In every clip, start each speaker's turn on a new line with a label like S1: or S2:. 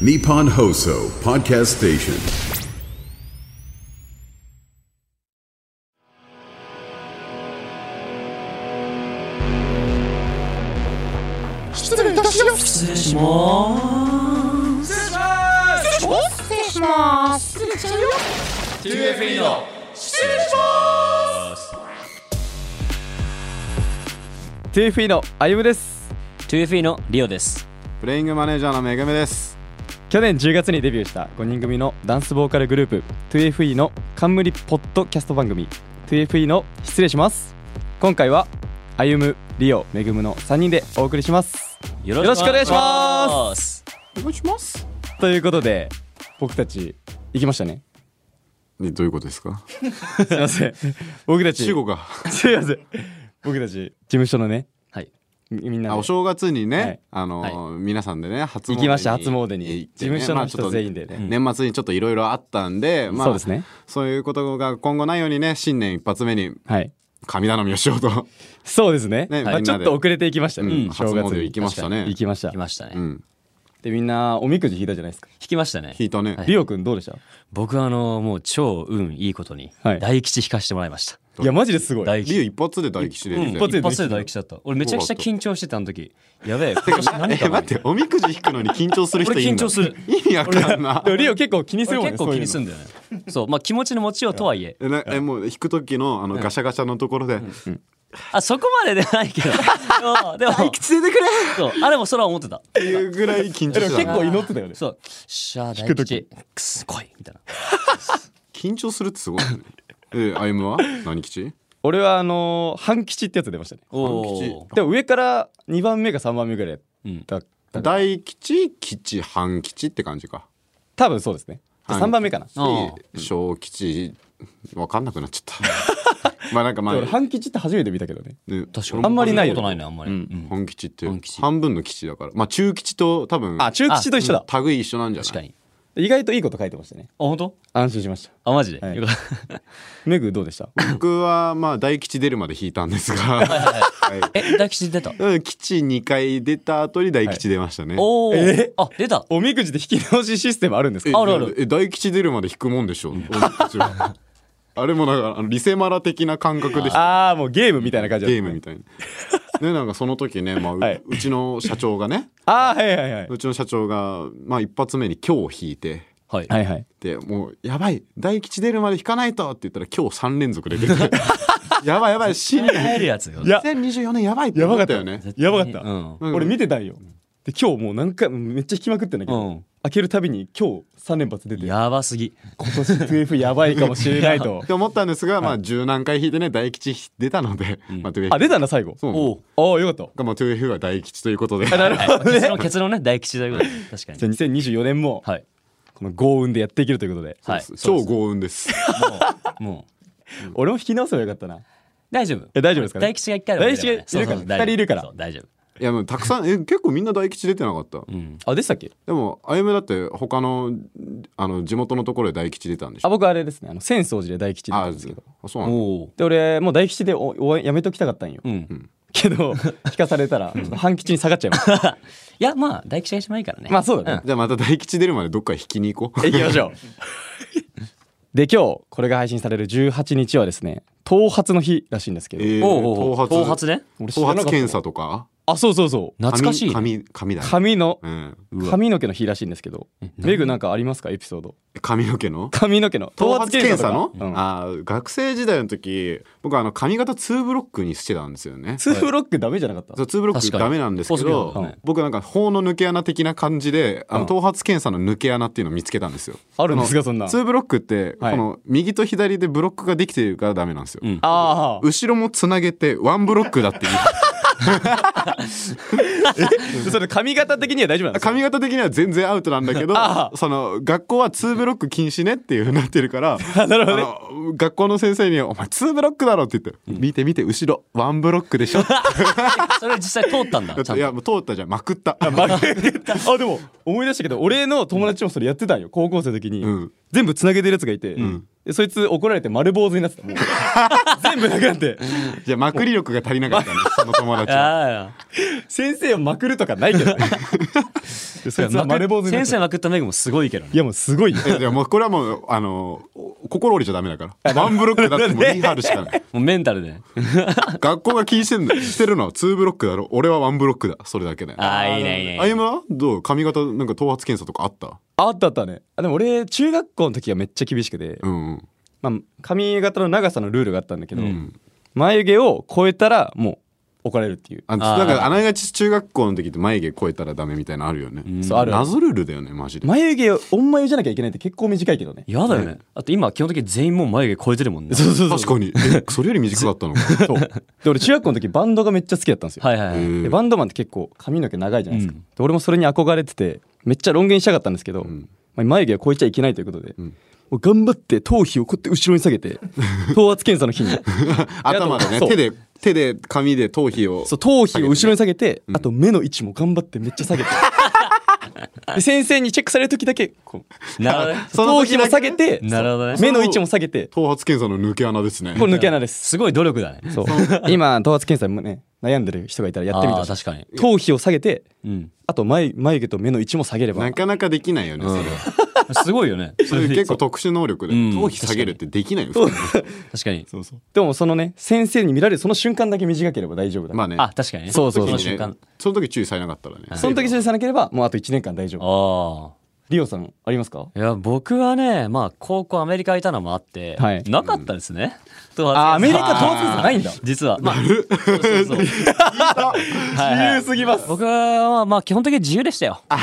S1: Nippon Hoso Podcast Station.
S2: 失礼いたします失礼します失礼します失礼します失礼しちゃうよ
S3: TFE の
S2: 失礼しま
S4: TFE の歩夢です
S5: 2FE のリオです
S6: プレイングマネージャーのめぐみです。
S4: 去年10月にデビューした5人組のダンスボーカルグループ 2FE の冠ポッドキャスト番組 2FE の失礼します今回は歩夢リオめぐむの3人でお送りします
S5: よ
S4: ろしくお願いしますということで僕たち行きましたね
S6: ねどういうことですか
S4: すいません僕たち
S6: 中国が。
S4: すいません僕たち事務所のね
S5: はい
S4: みみんな
S6: あ
S4: で
S6: お正月にね、
S4: はい
S6: あのー皆さんでね初詣に
S4: 行きました初詣に
S6: 行って
S4: 事務
S6: ね
S4: 所の
S6: まあちょっと
S4: 人全員でね
S6: 年末にちょっといろいろあったんで、まあ、
S4: そうですね
S6: そういうことが今後ないようにね新年一発目に
S4: はい
S6: 神頼みをしようと、
S4: そうですね
S6: ね
S4: まあ
S6: みんなで
S4: ちょっと遅れていきましたね
S6: うん
S4: 正
S6: 初
S4: 月
S6: 詣
S4: に
S6: 行きましたね
S4: 行きました
S5: 来ましたね、
S6: うん、
S4: でみんなおみくじ引いたじゃないですか
S5: 引きましたね
S6: 引いたね、
S4: リオくんどうでした
S5: 僕はあのもう超運いいことに
S4: はい
S5: 大吉引かしてもらいました、
S4: いやマジですごい
S5: 大
S6: リオ
S5: 吉
S6: 一発で大吉で、
S5: うん
S6: みたいな
S4: 発で
S5: 一発で大吉だった俺めちゃくちゃ緊張してたあの時 やべえ
S6: て
S5: 今
S6: か
S5: 年何
S6: え
S5: かな
S6: 待っておみくじ引くのに緊張する人
S5: 俺
S6: いる
S5: 緊
S6: の
S5: 張する
S6: 意味わかんな
S4: でもリオ結構気にする
S5: 俺
S4: もんね
S5: 結構気にす
S4: る
S5: んだよねそうまあ気持ちの持ちようとはいえ
S6: えなえもう引く時のあのガシャガシャのところで、うん
S5: あそこまでではないけどそうでも大吉出てくれそうあれもそれは思ってた
S6: っていうぐらい緊張してた
S4: 結構祈ってたよね
S5: そうしゃあ大
S4: く時
S5: 吉くす来いみたいな
S6: 緊張するってすごいよね。え、歩夢は何吉
S4: 俺はあのー半吉ってやつ出ましたね
S5: おお
S4: でも上から2番目か3番目ぐらいだったから
S6: 大吉、吉、半吉って感じか。
S4: 多分そうですねで
S6: 半
S4: 3番目かな
S5: あ
S6: で小吉、わかんなくなっちゃ った。まあなんかまあ、
S4: 俺半吉って初めて見たけどね
S6: ね
S5: 確か
S6: 俺
S5: に
S6: も
S4: あんまりないよ
S5: ことないねあんまり、うん
S6: 半吉って
S5: 半吉
S6: 半分の吉だから。まあ中吉と多分、
S4: あ中吉と一緒だ
S6: 類一緒なんじゃない
S5: 確かに
S4: 意外といいこと書いてましたね
S5: あ本当
S4: 安心しまし
S5: あマジで、
S4: はい
S5: よかった
S4: たメグどうでした
S6: 僕はまあ大吉出るまで引いたんですが、
S5: え大吉出た
S6: うん 吉2回出た後に大吉出ましたね。
S5: おお、
S4: え
S5: あ出た
S4: おみくじで引き直しシステムあるんです
S6: え
S4: か
S5: あるある
S6: え大吉出るまで引くもんでしょ。俺た ちはあれもなんかあのリセマラ的な感覚でした。
S4: ああもうゲームみたいな感じだった
S6: ゲームみたいな。でなんかその時ね、まあう
S4: はいう
S6: ちの社長がね
S4: ああはいはいはいう
S6: ちの社長が、まあ、一発目に「今日引いて
S5: はい、
S4: はいはい
S6: でもう「やばい大吉出るまで引かないと」って言ったら今日3連続で出て やばいやばい新年
S5: 入るやつよ
S4: いや
S6: 2024年やばいって
S4: やば
S6: 思
S4: か
S6: っ
S4: った
S6: た
S4: よ
S6: よ
S4: ね
S6: ね。
S4: やばかった、
S5: うん
S4: 俺見てたんよで今日もう何回もめっちゃ引きまくってんだけど、
S5: うん
S4: 開けるたびに今日3連発出て今
S5: やばすぎ
S4: 年 2F やばいかもしれないと
S6: って思ったんですが、まあ、十何回引いてね大吉出たので、まあ、
S4: あ出たな最後
S6: そう
S5: お
S4: ああよかった
S6: がまあ 2F は大吉ということで
S5: はい、結論結論ね大吉ということで確か
S4: じ
S5: に
S4: ゃあ2024年も、
S5: はい
S4: この幸運でやっていけるということで、
S5: はいそう
S6: 超
S5: です
S6: 幸 運です。
S5: もう
S4: 俺も引き直せばよかったな
S5: 大丈夫
S4: え大丈夫ですかね
S5: 大吉が一回あれば
S4: 大吉がいるから
S5: そうそう大
S4: 二
S5: 丈夫
S4: 人いるから
S5: そう大丈夫
S6: いやもうたくさんえ結構みんな大吉出てなかった。
S4: あでしたっけ
S6: でもあゆめだって他のあの地元のところで大吉出たんでし
S4: あ
S6: ょ。
S4: 僕あれですねあの浅草寺で大吉だった
S6: あ
S4: んですけど
S6: あそうなんだ。
S5: おお
S4: で俺もう大吉でおおやめときたかったんよ、
S5: ん
S4: けど引かされたらちょっと半吉に下がっちゃいました
S5: いやまあ大吉が一番いいからね
S4: まあそうだね、
S6: じゃあまた大吉出るまでどっか引きに行こう。
S4: 行きましょう で今日これが配信される18日はですね頭髪の日らしいんですけど、
S6: えー
S5: おうおうおう
S6: 頭
S5: 頭
S6: 髪
S5: 髪ね
S4: 俺知らな
S6: 頭
S4: かった
S6: 髪検査とか
S4: あそうそうそう
S5: 懐かしいね、
S6: 髪髪髪だね、
S4: 髪の
S6: うん、
S4: 髪の毛の日らしいんですけどメグなんかありますかエピソード
S6: 髪の毛 の
S4: 髪の毛の
S6: 頭髪検査の
S4: と、かうん
S6: あー学生時代の時僕はあの髪型2ブロックにしてたんですよね。
S4: ツーブロックダメじゃなかった
S6: そう2ブロッ
S5: 確
S6: ク
S5: かに
S6: ダメなんですけ
S5: 細く
S6: ど、
S5: なるね
S6: 僕なんか法の抜け穴的な感じであの頭髪検査の抜け穴っていうのを見つけたんですよ。
S4: あるんですかそんな
S6: 2ブロックってこ
S4: はい
S6: の右と左でブロックができてるからダメなんですよ。
S4: ああ
S6: 後ろもつなげてワンブロックだっていう
S4: それ髪型的には大丈夫なんですか
S6: 髪型的には全然アウトなんだけど
S4: あ
S6: その学校は2ブロック禁止ねっていうふうになってるから
S4: なるほどね
S6: あの学校の先生に「お前2ブロックだろ」って言って「見て見て後ろワンブロックでしょ」
S5: それ実際通ったん だちゃんと
S6: いやもう通ったじゃんまくった
S4: あでも思い出したけど俺の友達もそれやってたんよ高校生の時に、
S6: うん
S4: 全部つなげてるやつがいて、でそいつ怒られて丸坊主になってた もう全部なくなって
S6: じゃあまくり力が足りなかったんですその友達は
S5: あ
S4: 先生をまくるとかないけどねで そいつは丸坊主になっ
S5: 先
S4: てた
S5: 生まくったメグもすごいけどね
S4: いやもうすごいよ
S6: えでももうこれはもうあのお心折れちゃダメだからワンブロックだってもう言い張るしかない
S5: もうメンタルで
S6: 学校が気にしてんだしてるのは2ブロックだろ俺はワンブロックだそれだけで
S5: ああいいねいい
S6: 歩
S5: ね
S6: 夢はどう髪型なんか頭髪検査とかあった
S4: ああったあったねあでも俺中学校の時がめっちゃ厳しくて、
S6: うんうん
S4: まあ、髪型の長さのルールがあったんだけど、眉毛を超えたらもう怒られるっていう
S6: あなんかあながち中学校の時って眉毛超えたらダメみたいなのあるよね、
S4: そうある
S6: 謎ルールだよねマジで
S4: 眉毛をおん眉じゃなきゃいけないって結構短いけどね
S5: やだよねあと今基本的に全員もう眉毛超えてるもんね
S6: 確かにえそれより短かったのか
S4: そうで俺中学校の時バンドがめっちゃ好きだったんですよ、
S5: はいはいはい
S6: へえ
S4: でバンドマンって結構髪の毛長いじゃないですか、
S5: うん
S4: で俺もそれに憧れててめっちゃロン毛にしたかったんですけど、まあ眉毛は超えちゃいけないということで、もう頑張って頭皮をこうやって後ろに下げ て頭圧検査の日に
S6: 頭で
S4: いや
S6: ね
S4: そう
S6: 手で手で髪で頭皮を
S4: そう頭皮を後ろに下げて、あと目の位置も頑張ってめっちゃ下 げてで先生にチェックされる時だけこう
S5: なるほどね
S6: その
S4: 頭皮
S6: 時
S4: も
S6: だけ
S4: 下げて
S5: なるほどね
S4: 目の位置も下げて
S6: 頭髪検査の抜け穴ですね
S4: これ抜け穴です
S5: すごい努力だね
S4: そう今頭圧検査もね悩んでる人がいたらやってみてほ
S5: あー
S4: しい
S5: 確かに
S4: 頭皮を下げて
S5: うん
S4: あと眉眉毛と目の位置も下げれば
S6: なかなかできないよね、それは
S5: すごいよ ね
S6: それ結構特殊能力で、
S5: うん
S6: 頭皮下げるってできないよ普通に
S5: 確かに
S4: でもそのね先生に見られるその瞬間だけ短ければ大丈夫だ、
S6: まあね
S5: あ確かにね
S4: そうそう
S5: そ
S4: そう
S5: の瞬
S6: 時にね
S5: 間
S6: その時注意されなかったらね、
S4: その時注意さなければもうあと1年間大丈夫
S5: ああ
S4: リオさんありますか
S5: いや僕はねまあ高校アメリカいたのもあって、
S4: はい
S5: なかったですね、と
S4: あアメリカ頭
S5: 東
S4: 髪じゃないんだ
S5: 実は まあそうそうそうはいはい
S4: すぎます
S5: 僕はまあ基本的に自由でしたよあ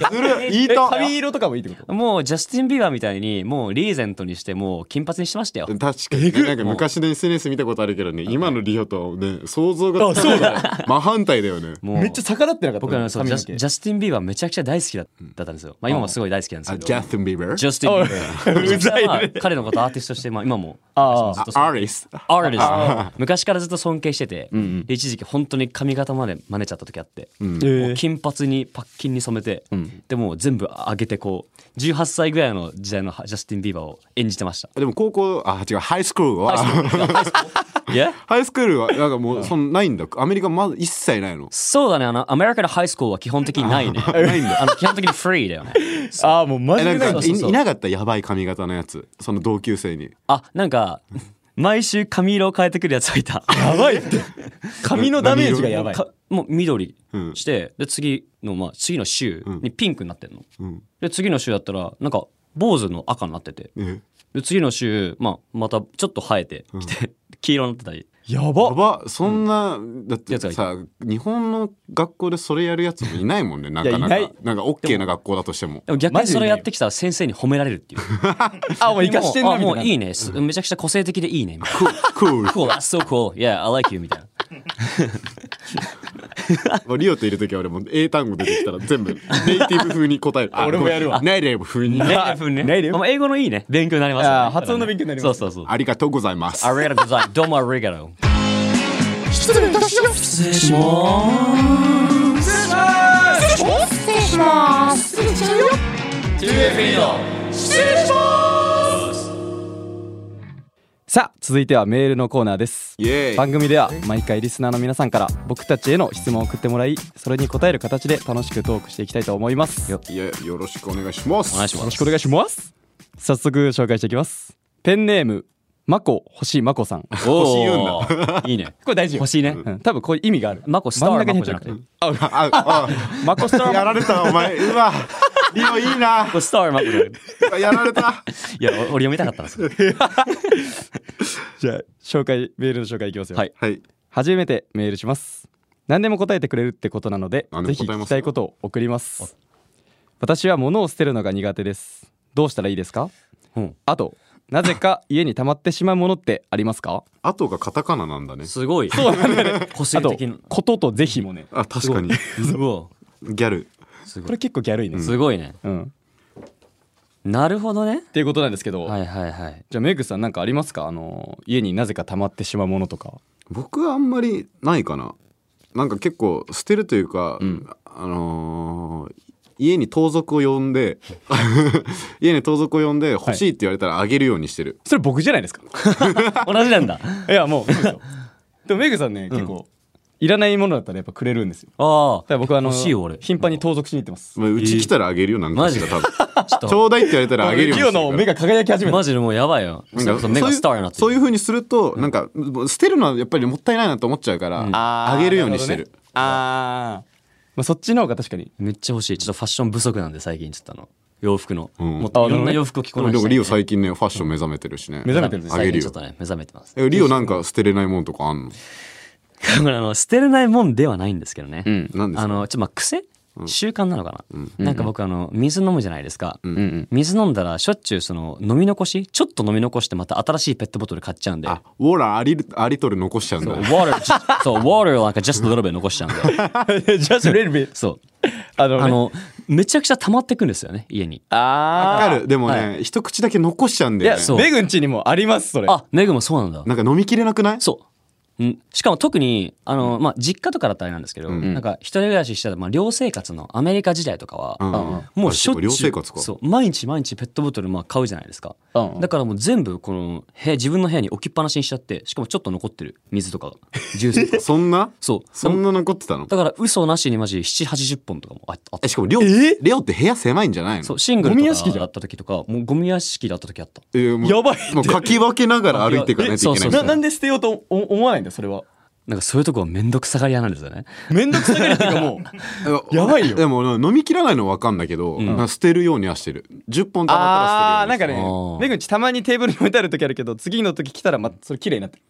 S5: り
S6: ずるいいと
S4: 髪色とかもいいってこと
S5: もうジャスティン・ビーバーみたいにもうリーゼントにしてもう金髪にしてましたよ
S6: 確かにね、なんか昔の SNS 見たことあるけどね今のリオとはね想像がそうだ真反対だよね
S5: もう
S4: めっちゃ逆らってなかった
S5: 僕はねそう
S4: 髪
S5: ジ
S4: の
S5: ャ
S4: 毛
S5: スジャスティン・ビーバーめちゃくちゃ大好きだだったんですよ、まあ、今もすごい大好きなんです
S6: あ
S5: け
S6: ジャ
S5: ど
S6: スティン・ビーバー
S5: ジャスティン・ビーバー
S4: うざいね
S5: まあ彼のことアーティストとして、まあ、今も
S4: ああ
S5: ずっと
S6: あアーリス
S5: アーティスト昔からずっと尊敬してて、で一時期本当に髪型まで真似ちゃった時あって、もう金髪にパッキンに染めて、でもう全部上げてこう18歳ぐらいの時代のジャスティン・ビーバーを演じてました
S6: でも高校あ違うハイスクールは
S5: え
S6: ハイスクールはなんかもうそんないんだアメリカまだ一切ないの
S5: そうだねあのアメリカのハイスクールは基本的にないね
S6: ないんだ
S5: あの基本的にフリーだよね
S4: ああもうマ
S6: え
S4: ジ
S6: な
S4: で
S6: ん
S4: ない
S6: か
S5: そう
S6: い
S5: そうそう
S6: いなかったやばい髪型のやつその同級生に
S5: あなんか毎週髪色を変えてくるやつがいた
S4: やばい って髪のダメージがやばい
S5: かもう緑
S6: ん
S5: して、で次の、まあ、次の週にピンクになってんの、
S6: ん
S5: で次の週だったらなんか坊主の赤になってて
S6: え
S5: で次の週、まあ、またちょっと生えてきて、黄色になってたり
S4: や
S6: や
S4: ば
S6: ばそんな、だって
S5: やつがい
S6: さ日本の学校でそれやるやつもいないも んねなかない
S4: やい
S6: か
S4: ない
S6: なんかオッケーな学校だとしても
S5: でも逆にそれやってきたら先生に褒められるっていう
S4: あお前生
S5: も
S4: かしてんな
S5: うあ
S4: みたい
S5: も
S4: うない
S5: いねすめちゃくちゃ個性的でいいねみたいな
S6: クー
S5: Cool, that's so cool. Yeah, I like you. みたい な。
S6: ルリオといる時は俺も英単語出てきたら 全部ネイティブ風に答える俺もやるわネイティブ風に
S5: ね、ね
S4: ね
S5: まあ英語のいいね。勉強になります、ね。
S4: あー発音の勉強になります
S5: そうそうそう。
S6: ありがとうございます
S5: ありがとうござい ます。どうもありがとう。
S2: 失礼いたします失礼します失礼します失礼します失礼しちゃうよ
S3: 2FE の
S2: 失礼します
S4: さあ続いてはメールのコーナーです
S6: イエーイ
S4: 番組では毎回リスナーの皆さんから僕たちへの質問を送ってもらいそれに答える形で楽しくトークしていきたいと思いますよ
S6: いやよろしくお願いします
S5: お願いしま
S4: ろし
S5: す。
S4: くお願いします早速紹介していきますペンネームまこ星まこさ ん
S5: おお。 いいね。
S4: これ大事
S5: 欲しいね。
S4: うん多分こういう意味がある
S5: マコスター
S4: 真ん中に入っ
S5: マコじゃなく
S4: て
S6: ああ
S4: るマコスター
S6: やられたお前うわリオいいな
S5: これスターマコだよ
S6: やられた
S5: いや、お俺読みたかったんですよ。
S4: じゃあ紹介メールの紹介いきますよ
S5: はい
S6: はい
S4: 初めてメールします何でも答えてくれるってことなので
S6: 何で
S4: ぜ
S6: も
S4: ひ
S6: 答えますよ
S4: 聞きたいことを送ります私は物を捨てるのが苦手ですどうしたらいいですか
S5: うん
S4: あとなぜか家に溜まってしまうものってありますか
S6: あとがカタカナなんだ ね
S5: す ごい。そうなんだね。個 性
S4: あと
S5: 的な。
S4: こととぜひもね
S6: あ確かに
S5: すご
S6: ギャル
S4: これ結構ギャルいね
S5: い。すごいね。
S4: うん、
S5: なるほどね。
S4: っていうことなんですけど、
S5: はいはいはい。
S4: じゃあメグさんなんかありますかあの家になぜか溜まってしまうものとか
S6: 僕はあんまりないかななんか結構捨てるというか、あのー家に盗賊を呼ん で家に盗賊を呼んで欲しいって言われたらあげるようにしてる、
S4: それ僕じゃないですか
S5: 同じなん だ。
S4: いやもうそうですよ でもメグさんね結構いらないものだったらやっぱくれるんですよ
S5: ああ。
S4: だから僕はあの
S5: 欲しいよ俺。
S4: 頻繁に盗賊しに行ってます
S6: まあ、うち来たらあげるよなんか
S5: マ
S6: し
S5: ジ
S6: ら
S5: で
S6: 多分
S5: ちょっと
S6: ちょうだいって言われたらあげるように
S4: リオの
S6: して
S4: 目
S6: るか
S4: が輝き始めた
S5: マジでもうやばいよ。それ
S6: ら
S5: こそ目
S6: なん
S5: が
S6: か
S5: スターになって
S6: そういう
S5: る。
S6: ふうにするとなんか捨てるのはやっぱりもったいないなと思っちゃうから、あげるようにしてる
S4: あーまあそっちの方が確か に
S5: めっちゃ欲しい。ちょっとファッション不足なんで最近ちょっとあの洋服の。
S6: ん
S5: もっといろんな洋服を着こな
S6: でも
S5: して。
S6: リオ最近ねファッション目覚めてるしね
S4: 目覚めてるんです
S6: あげ
S5: 最近
S6: るよ
S5: ちょっとね目覚めてます。
S6: えリオなんか捨てれないもんとかあんの
S5: これあの捨てれないもんではないんですけどね。
S6: 何ですか
S5: あのちょっとまあ癖習慣なのかな、なんか僕あの水飲むじゃないですか、水飲んだらしょっちゅうその飲み残しちょっと飲み残してまた新しいペットボトル買っちゃうんで
S6: あウォーラーアリルアリトル残しちゃうんだ
S5: water そう water なんか just a little bit 残しちゃうん で
S4: just a little bit
S5: そう
S4: あのね
S5: あのめちゃくちゃ溜まってくんですよね家に
S4: あ
S6: わかるでもね、一口だけ残しちゃう
S4: ー
S6: ん
S4: い
S6: だよ
S4: や
S6: ね
S5: そう
S4: メグんちにもありますそれ
S5: あメグもそうなんだ
S6: なんか飲みきれなくない
S5: そう、うん、しかも特にあの、まあ、実家とかだったらあれなんですけど、なんか一人暮らししてた、まあ、寮生活のアメリカ時代とかは、
S6: ん
S5: もうしょっちゅう
S6: あそうか寮生活か
S5: そう毎日毎日ペットボトルまあ買うじゃないですか、
S4: うん
S5: だからもう全部この部屋自分の部屋に置きっぱなしにしちゃってしかもちょっと残ってる水とか がジュースとか
S6: そんな
S5: そう
S6: そんな残ってたの
S5: だから嘘なしにマジ780本とかもああった
S6: えしかもリオリオって部屋狭いんじゃないの
S5: そうシングル
S4: ゴミ屋
S5: と
S4: 敷
S5: か
S4: じゃん
S5: だった時とかもうゴミ屋敷だった時あった
S6: えーもう
S4: やばいって
S6: もうかき分けながら歩いていかな
S5: え
S6: いといけない
S5: そうそう
S4: ななんで捨てようとお思わないんだそれは
S5: なんかそういうとこはめんどくさがり屋なんですよね
S4: めんどくさがりっていうか もう
S6: え
S4: やばいよ
S6: でも飲み切らないのは分かんだけど、なんか捨てるようにはしてる10本たま
S4: あ
S6: っ
S4: ーな
S6: たら捨
S4: ん
S6: て
S4: か
S6: るようにし
S4: ね
S6: てる
S5: あー
S4: メグんちたまにテーブルに置いてある時あるけど次の時来たらまそれ綺麗になってる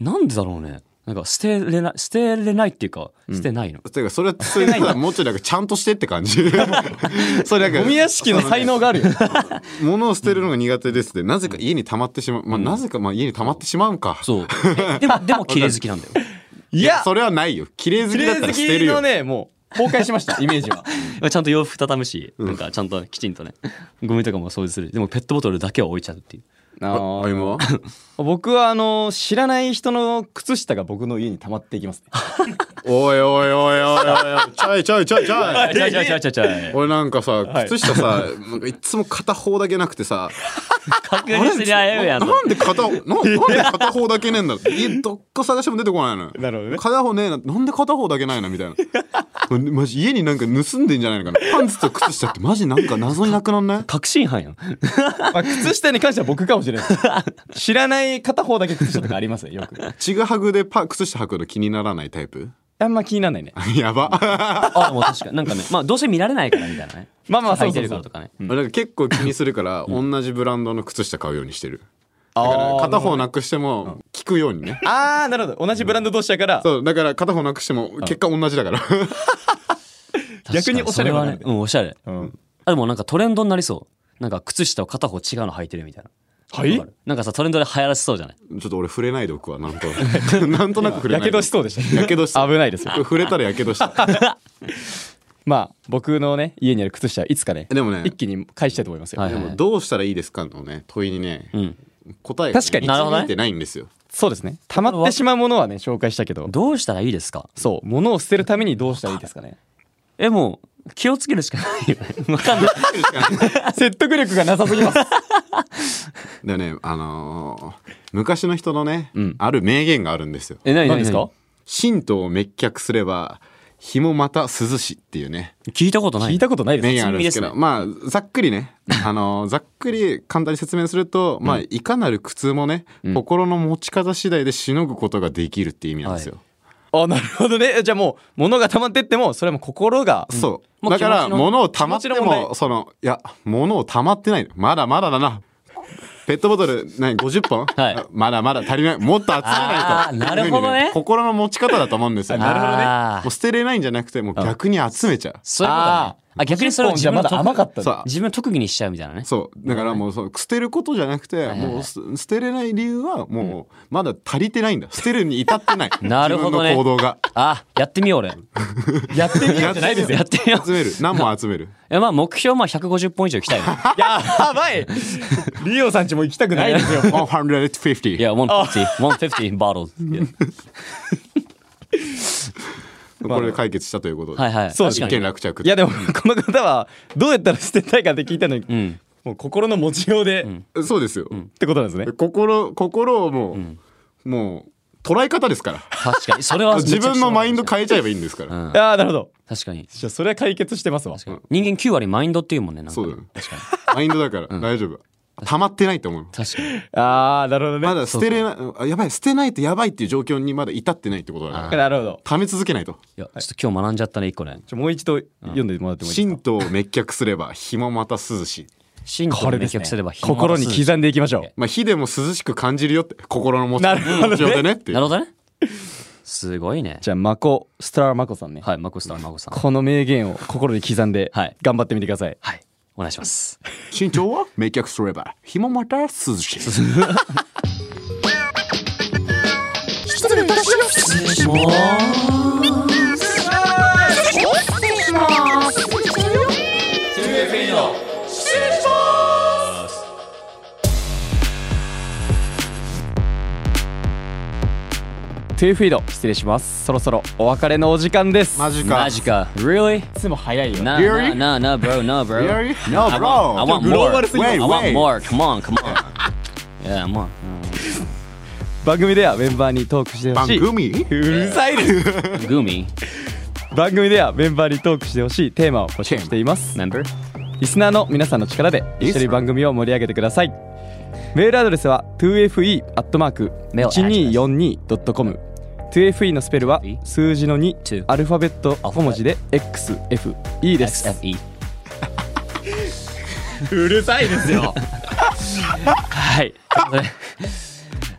S5: なんでだろうねなんか捨てれない捨てれないっていうか捨てないの、
S6: てかそれはそれはもうちょいなんかちゃんとしてって 感じそれなんか
S4: ゴミ屋敷の才能があるよ
S6: 物を捨てるのが苦手ですってなぜか家に溜まってしまう、まあ、なぜかまあ家に溜まってしまうんか、
S5: そう。えでも、でも綺麗好きなんだよ。
S4: い
S6: いや
S4: や
S6: それはないよ綺麗好
S4: 綺
S6: きだ
S4: 麗
S6: った
S4: 好
S6: ら捨てる
S4: き
S6: よ
S4: のねもう崩壊しましたイメージは
S5: まあ ちゃんと洋服畳むし、なんかちゃんときちんとね、ゴミとかも掃除する。でもペットボトルだけは置いちゃうっていう。
S4: あー
S6: あ今は
S4: 僕はあの知らない人の靴下が僕の家に溜まっていきます、 ね、
S6: おいおいおいおいおい ちょいちょいちょいちょい
S5: ちゃちゃちゃちゃちゃ。
S6: 俺なんかさ
S4: い
S6: 靴下さ、なんかいつも片方だけなくてさ
S5: 確実にあうや ん
S6: な。なんで片 方ななんで片方だけねえんだろう家どっか探しても出てこないのよ
S4: なるほどね
S6: 片方ねえななんで片方だけないのみたいなマジ家になんか盗んでんじゃないのかなパンツと靴下ってマジなんか謎になくなんない
S5: 確信犯や ん。
S4: まあ、靴下に関しては僕かもしれないです 知らない片方だけ靴下とかありますねよく
S6: ちぐはぐでパ靴下履くの気にならないタイプ
S4: あんま気にならないね
S6: やば
S5: あ、もう確かに。なんかね、まあどうせ見られないからみたいなね。
S4: まあまあ
S5: 履
S4: そ
S5: いう
S4: そ
S5: て
S4: うそ
S5: るから
S4: う
S5: とかね。
S6: 俺なんか結構気にするから同じブランドの靴下買うようにしてるだ
S4: あー
S6: から片方なくしても聞くように ね
S4: あーなるほど同じブランド同士だから
S6: そうだから片方なくしても結果同じ だから
S4: 逆におしゃれ
S5: 確
S4: は
S5: か
S4: ない
S5: にそれはね。うん、おしゃれ。
S4: うん
S5: あ、でもなんかトレンドになりそう。なんか靴下を片方違うの履いてるみたいな。
S4: は
S5: わかるなんかさ、トレンドで流行らせそうじゃない
S6: ちょっと俺触れないでおくわなんとなく なんとなく触れ
S4: や
S6: ない
S4: け
S6: でお
S4: ど
S6: く
S4: しそうでした
S6: やけど し
S4: 危ないですよ
S6: これ触れたらやけどした
S4: まあ僕のね家にある靴下はいつかね
S6: でもね
S4: 一気に返したいと思いますよ、
S5: はい
S6: で
S5: はい
S6: もどうしたらいいですかのね問いにね、答えが、ね、
S4: 確かに
S5: なるほどね
S6: 導いてないんですよ。
S4: そうですね溜まってしまうものはね紹介したけど
S5: どうしたらいいですか
S4: そう物を捨てるためにどうしたらいいですかね
S5: え、もう気をつけるしかないよね。わかんない。
S4: 説得力がなさすぎます
S6: でね、あのー昔の人のね、ある名言があるんですよ。
S5: え、何
S4: 何ですか
S6: 神道を滅却すれば日もまた涼しっていうね
S5: 聞いたことな
S4: 聞
S5: い
S4: いたことないです
S6: 名言あるんですけど
S5: 初
S6: まあざっくりね、あのーざっくり簡単に説明すると、まあいかなる苦痛もね、心の持ち方次第でしのぐことができるっていう意味なんですよ。
S5: は
S4: あなるほどねじゃあもう物が溜まってってもそれはもう心が
S6: そう。
S5: もう
S6: だから
S5: 気持ちの
S6: 物を溜まって
S4: 気持ちの問
S6: もそのいや物を溜まってないまだまだだな。ペットボトル何50本、
S5: はい
S6: あまだまだ足りないもっと集めない
S5: あ
S6: と
S5: ーなるほどね
S6: っていうふうに心の持ち方だと思うんですよ。
S4: なるほどね
S5: あー
S6: もう捨てれないんじゃなくてもう逆に集めちゃう。
S5: そういうことだね。あ、逆にそれを自分の
S4: まだ
S5: 特
S4: 甘かった
S6: そ
S4: そう
S6: う
S5: 自分の特技にしちゃうみたいなね。
S6: そうだからもうそう捨てることじゃなくてもうす捨てれない理由はもうまだ足りてないんだ捨てるに至ってない
S5: なるほどね
S6: 自分の行動が
S5: あ、やってみよう俺。
S4: やってみようじゃないですよ
S5: やってみよう。
S6: 集める何本集 める
S5: え、まあ目標まあ150本以上行きたいね。
S4: やばいリオさんちも行きたくないですよ
S6: 150
S5: いや、150、150バトル。
S6: これで解決したということで、
S5: はいはい
S4: そうです
S6: 一
S5: 確か
S6: 件
S5: に
S6: 落着
S4: いやでもこの方はどうやったら捨てたいかって聞いたのに、
S5: うん
S4: もう心の持ちようで、っ
S6: そうですよ、
S4: てことなんですね。
S6: 心心をもう、もう捉え方ですから
S5: 確かにそれは
S6: 自分のマインド
S5: か
S6: 変えちゃえばいいんですから、
S5: うん
S4: ああなるほど。
S5: 確かに
S4: じゃあそれは解決してますわ。
S5: 確かに人間9割マインドっていうもんねなんか
S6: そう
S5: ね
S6: だねマインドだから大丈夫溜まってないと思う
S5: 確かに
S4: ああなるほどね。
S6: まだ捨てれなあやばい捨てないとやばいっていう状況にまだ至ってないってことだから
S4: なるほど。
S6: 溜め続けないと
S5: いやちょっと今日学んじゃったね一個ね
S4: ちょもう一度読んでもらってもいいです
S6: 神道を滅却すれば日もまた涼しい
S5: 真
S4: か。
S5: と
S4: れ
S5: 滅
S4: ですね
S5: 却すれば日も
S4: 心に
S5: 明日
S4: 刻んでいきましょう。
S6: まあ火でも涼しく感じるよって心の持ち
S4: なるほどね
S6: 持ちようでねっていう
S5: なるほどねすごいね
S4: じゃあマコスターマコさんね。
S5: はいマコスターマコさん
S4: この名言を心に刻んで
S5: はい
S4: 頑張ってみてください。
S5: はいお願いします
S6: 身長は滅却すれば日もまた涼しい
S2: 失礼いたします。
S3: 2FE の
S4: トゥーフィード失礼します。そろそろお別れのお時間です。
S6: マジか
S5: マジか Really?
S4: いつも早いよ。
S5: Nah,
S6: Really?
S5: nah, nah, nah, bro, nah, bro.
S6: Really? No,
S5: I
S6: bro.
S5: want, I want
S6: Don't
S5: more.
S6: global
S5: I
S6: wait,
S5: want
S6: wait.
S5: more. Come on, come on. yeah, more.
S4: 番組ではメンバーにトークしてほ
S6: 番
S4: しい。
S6: 組
S4: うるさいです。
S5: Gumi,
S4: 番組ではメンバーにトークしてほしいテーマを募集しています。
S5: remember?
S4: リスナーの皆さんの力で一緒に番組を盛り上げてください。メールアドレスは 2fe.1242.com 2fe のスペルは数字の2アルファベット小文字で XFE です
S5: SFE.
S4: うるさいですよ
S5: はい。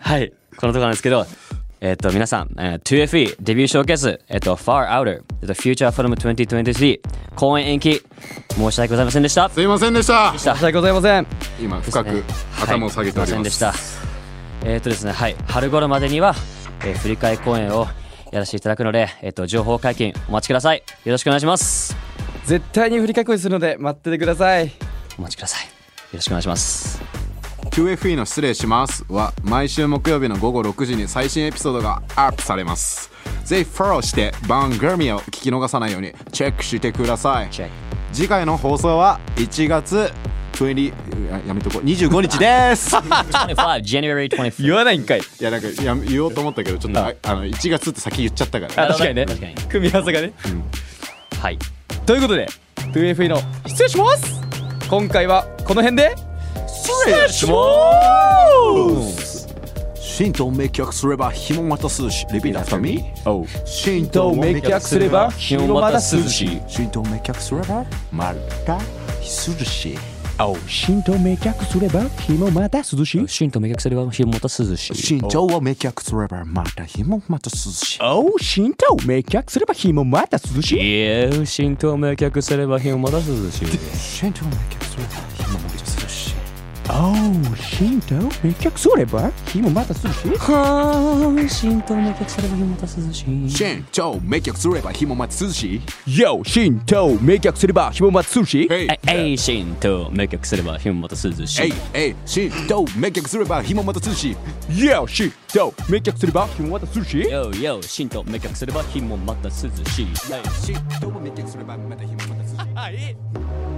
S5: はい。このところなんですけど、えっ、と、皆さん、えー 2FE E デビューショーケース、えっ、と、Far Outer、えっ、と、Future Film 2023、公演延期、申し訳ございませんでした。
S6: すいませんでした
S4: 申し訳ございません
S6: 今深く頭を下げており
S5: はい、すいません
S6: ま、
S5: ですした。えっ、とですね、はい、春頃までには、えー振り替え公演をやらせていただくので、えっ、と、情報解禁お待ちください。よろしくお願いします。
S4: 絶対に振りかっこいいするので待っててください
S5: お待ちください。よろしくお願いします。
S6: 2FE の失礼しますは毎週木曜日の午後6時に最新エピソードがアップされますぜひフォローして番組を聞き逃さないようにチェックしてください
S5: チェック
S6: 次回の放送は1月20ややめとこう25日です
S5: 25 January 25
S4: 言わないんかい
S6: いやなんかや言おうと思ったけどちょっと、ああの1月って先言っちゃったから
S4: あ確かにね
S5: 確かに
S4: 組み合わせがね
S5: はい。
S4: ということで 2FE の失礼します今回はこの辺で失礼します
S6: 神道明却すれば日もまた涼しいリピートアフターミー神
S4: と明却すれば日もまた涼しい
S6: 神道明却すればまた涼しい
S4: 浸透明却すれば日もまた涼しい
S5: シーンと明確すれば日もまた涼しい。
S6: 身長を明却すればまた日もまた涼しい
S4: おう浸透明却すれば日もまた涼しい
S5: いや、浸透明却すれば日もまた涼しい。
S6: 身長を明却すれば日もまた涼しい
S4: おう浸透明却すれば日もまた涼しい
S5: 浸透明却すれば日もまた涼しい。
S6: 身長を明却すれば日もまた涼しい
S4: YO 浸透明却すれば日もまた涼しい
S6: えい
S5: えい、浸透明却すれば日もまた涼し
S6: え
S5: い
S6: い。えい身長を明却すれば日もまた涼しい
S4: YO 浸透明却すれば日もまた涼しい
S5: Yo, yo, 浸透明却すれば日もまた涼しい。
S6: 身長を明却すればまた日もまた涼しい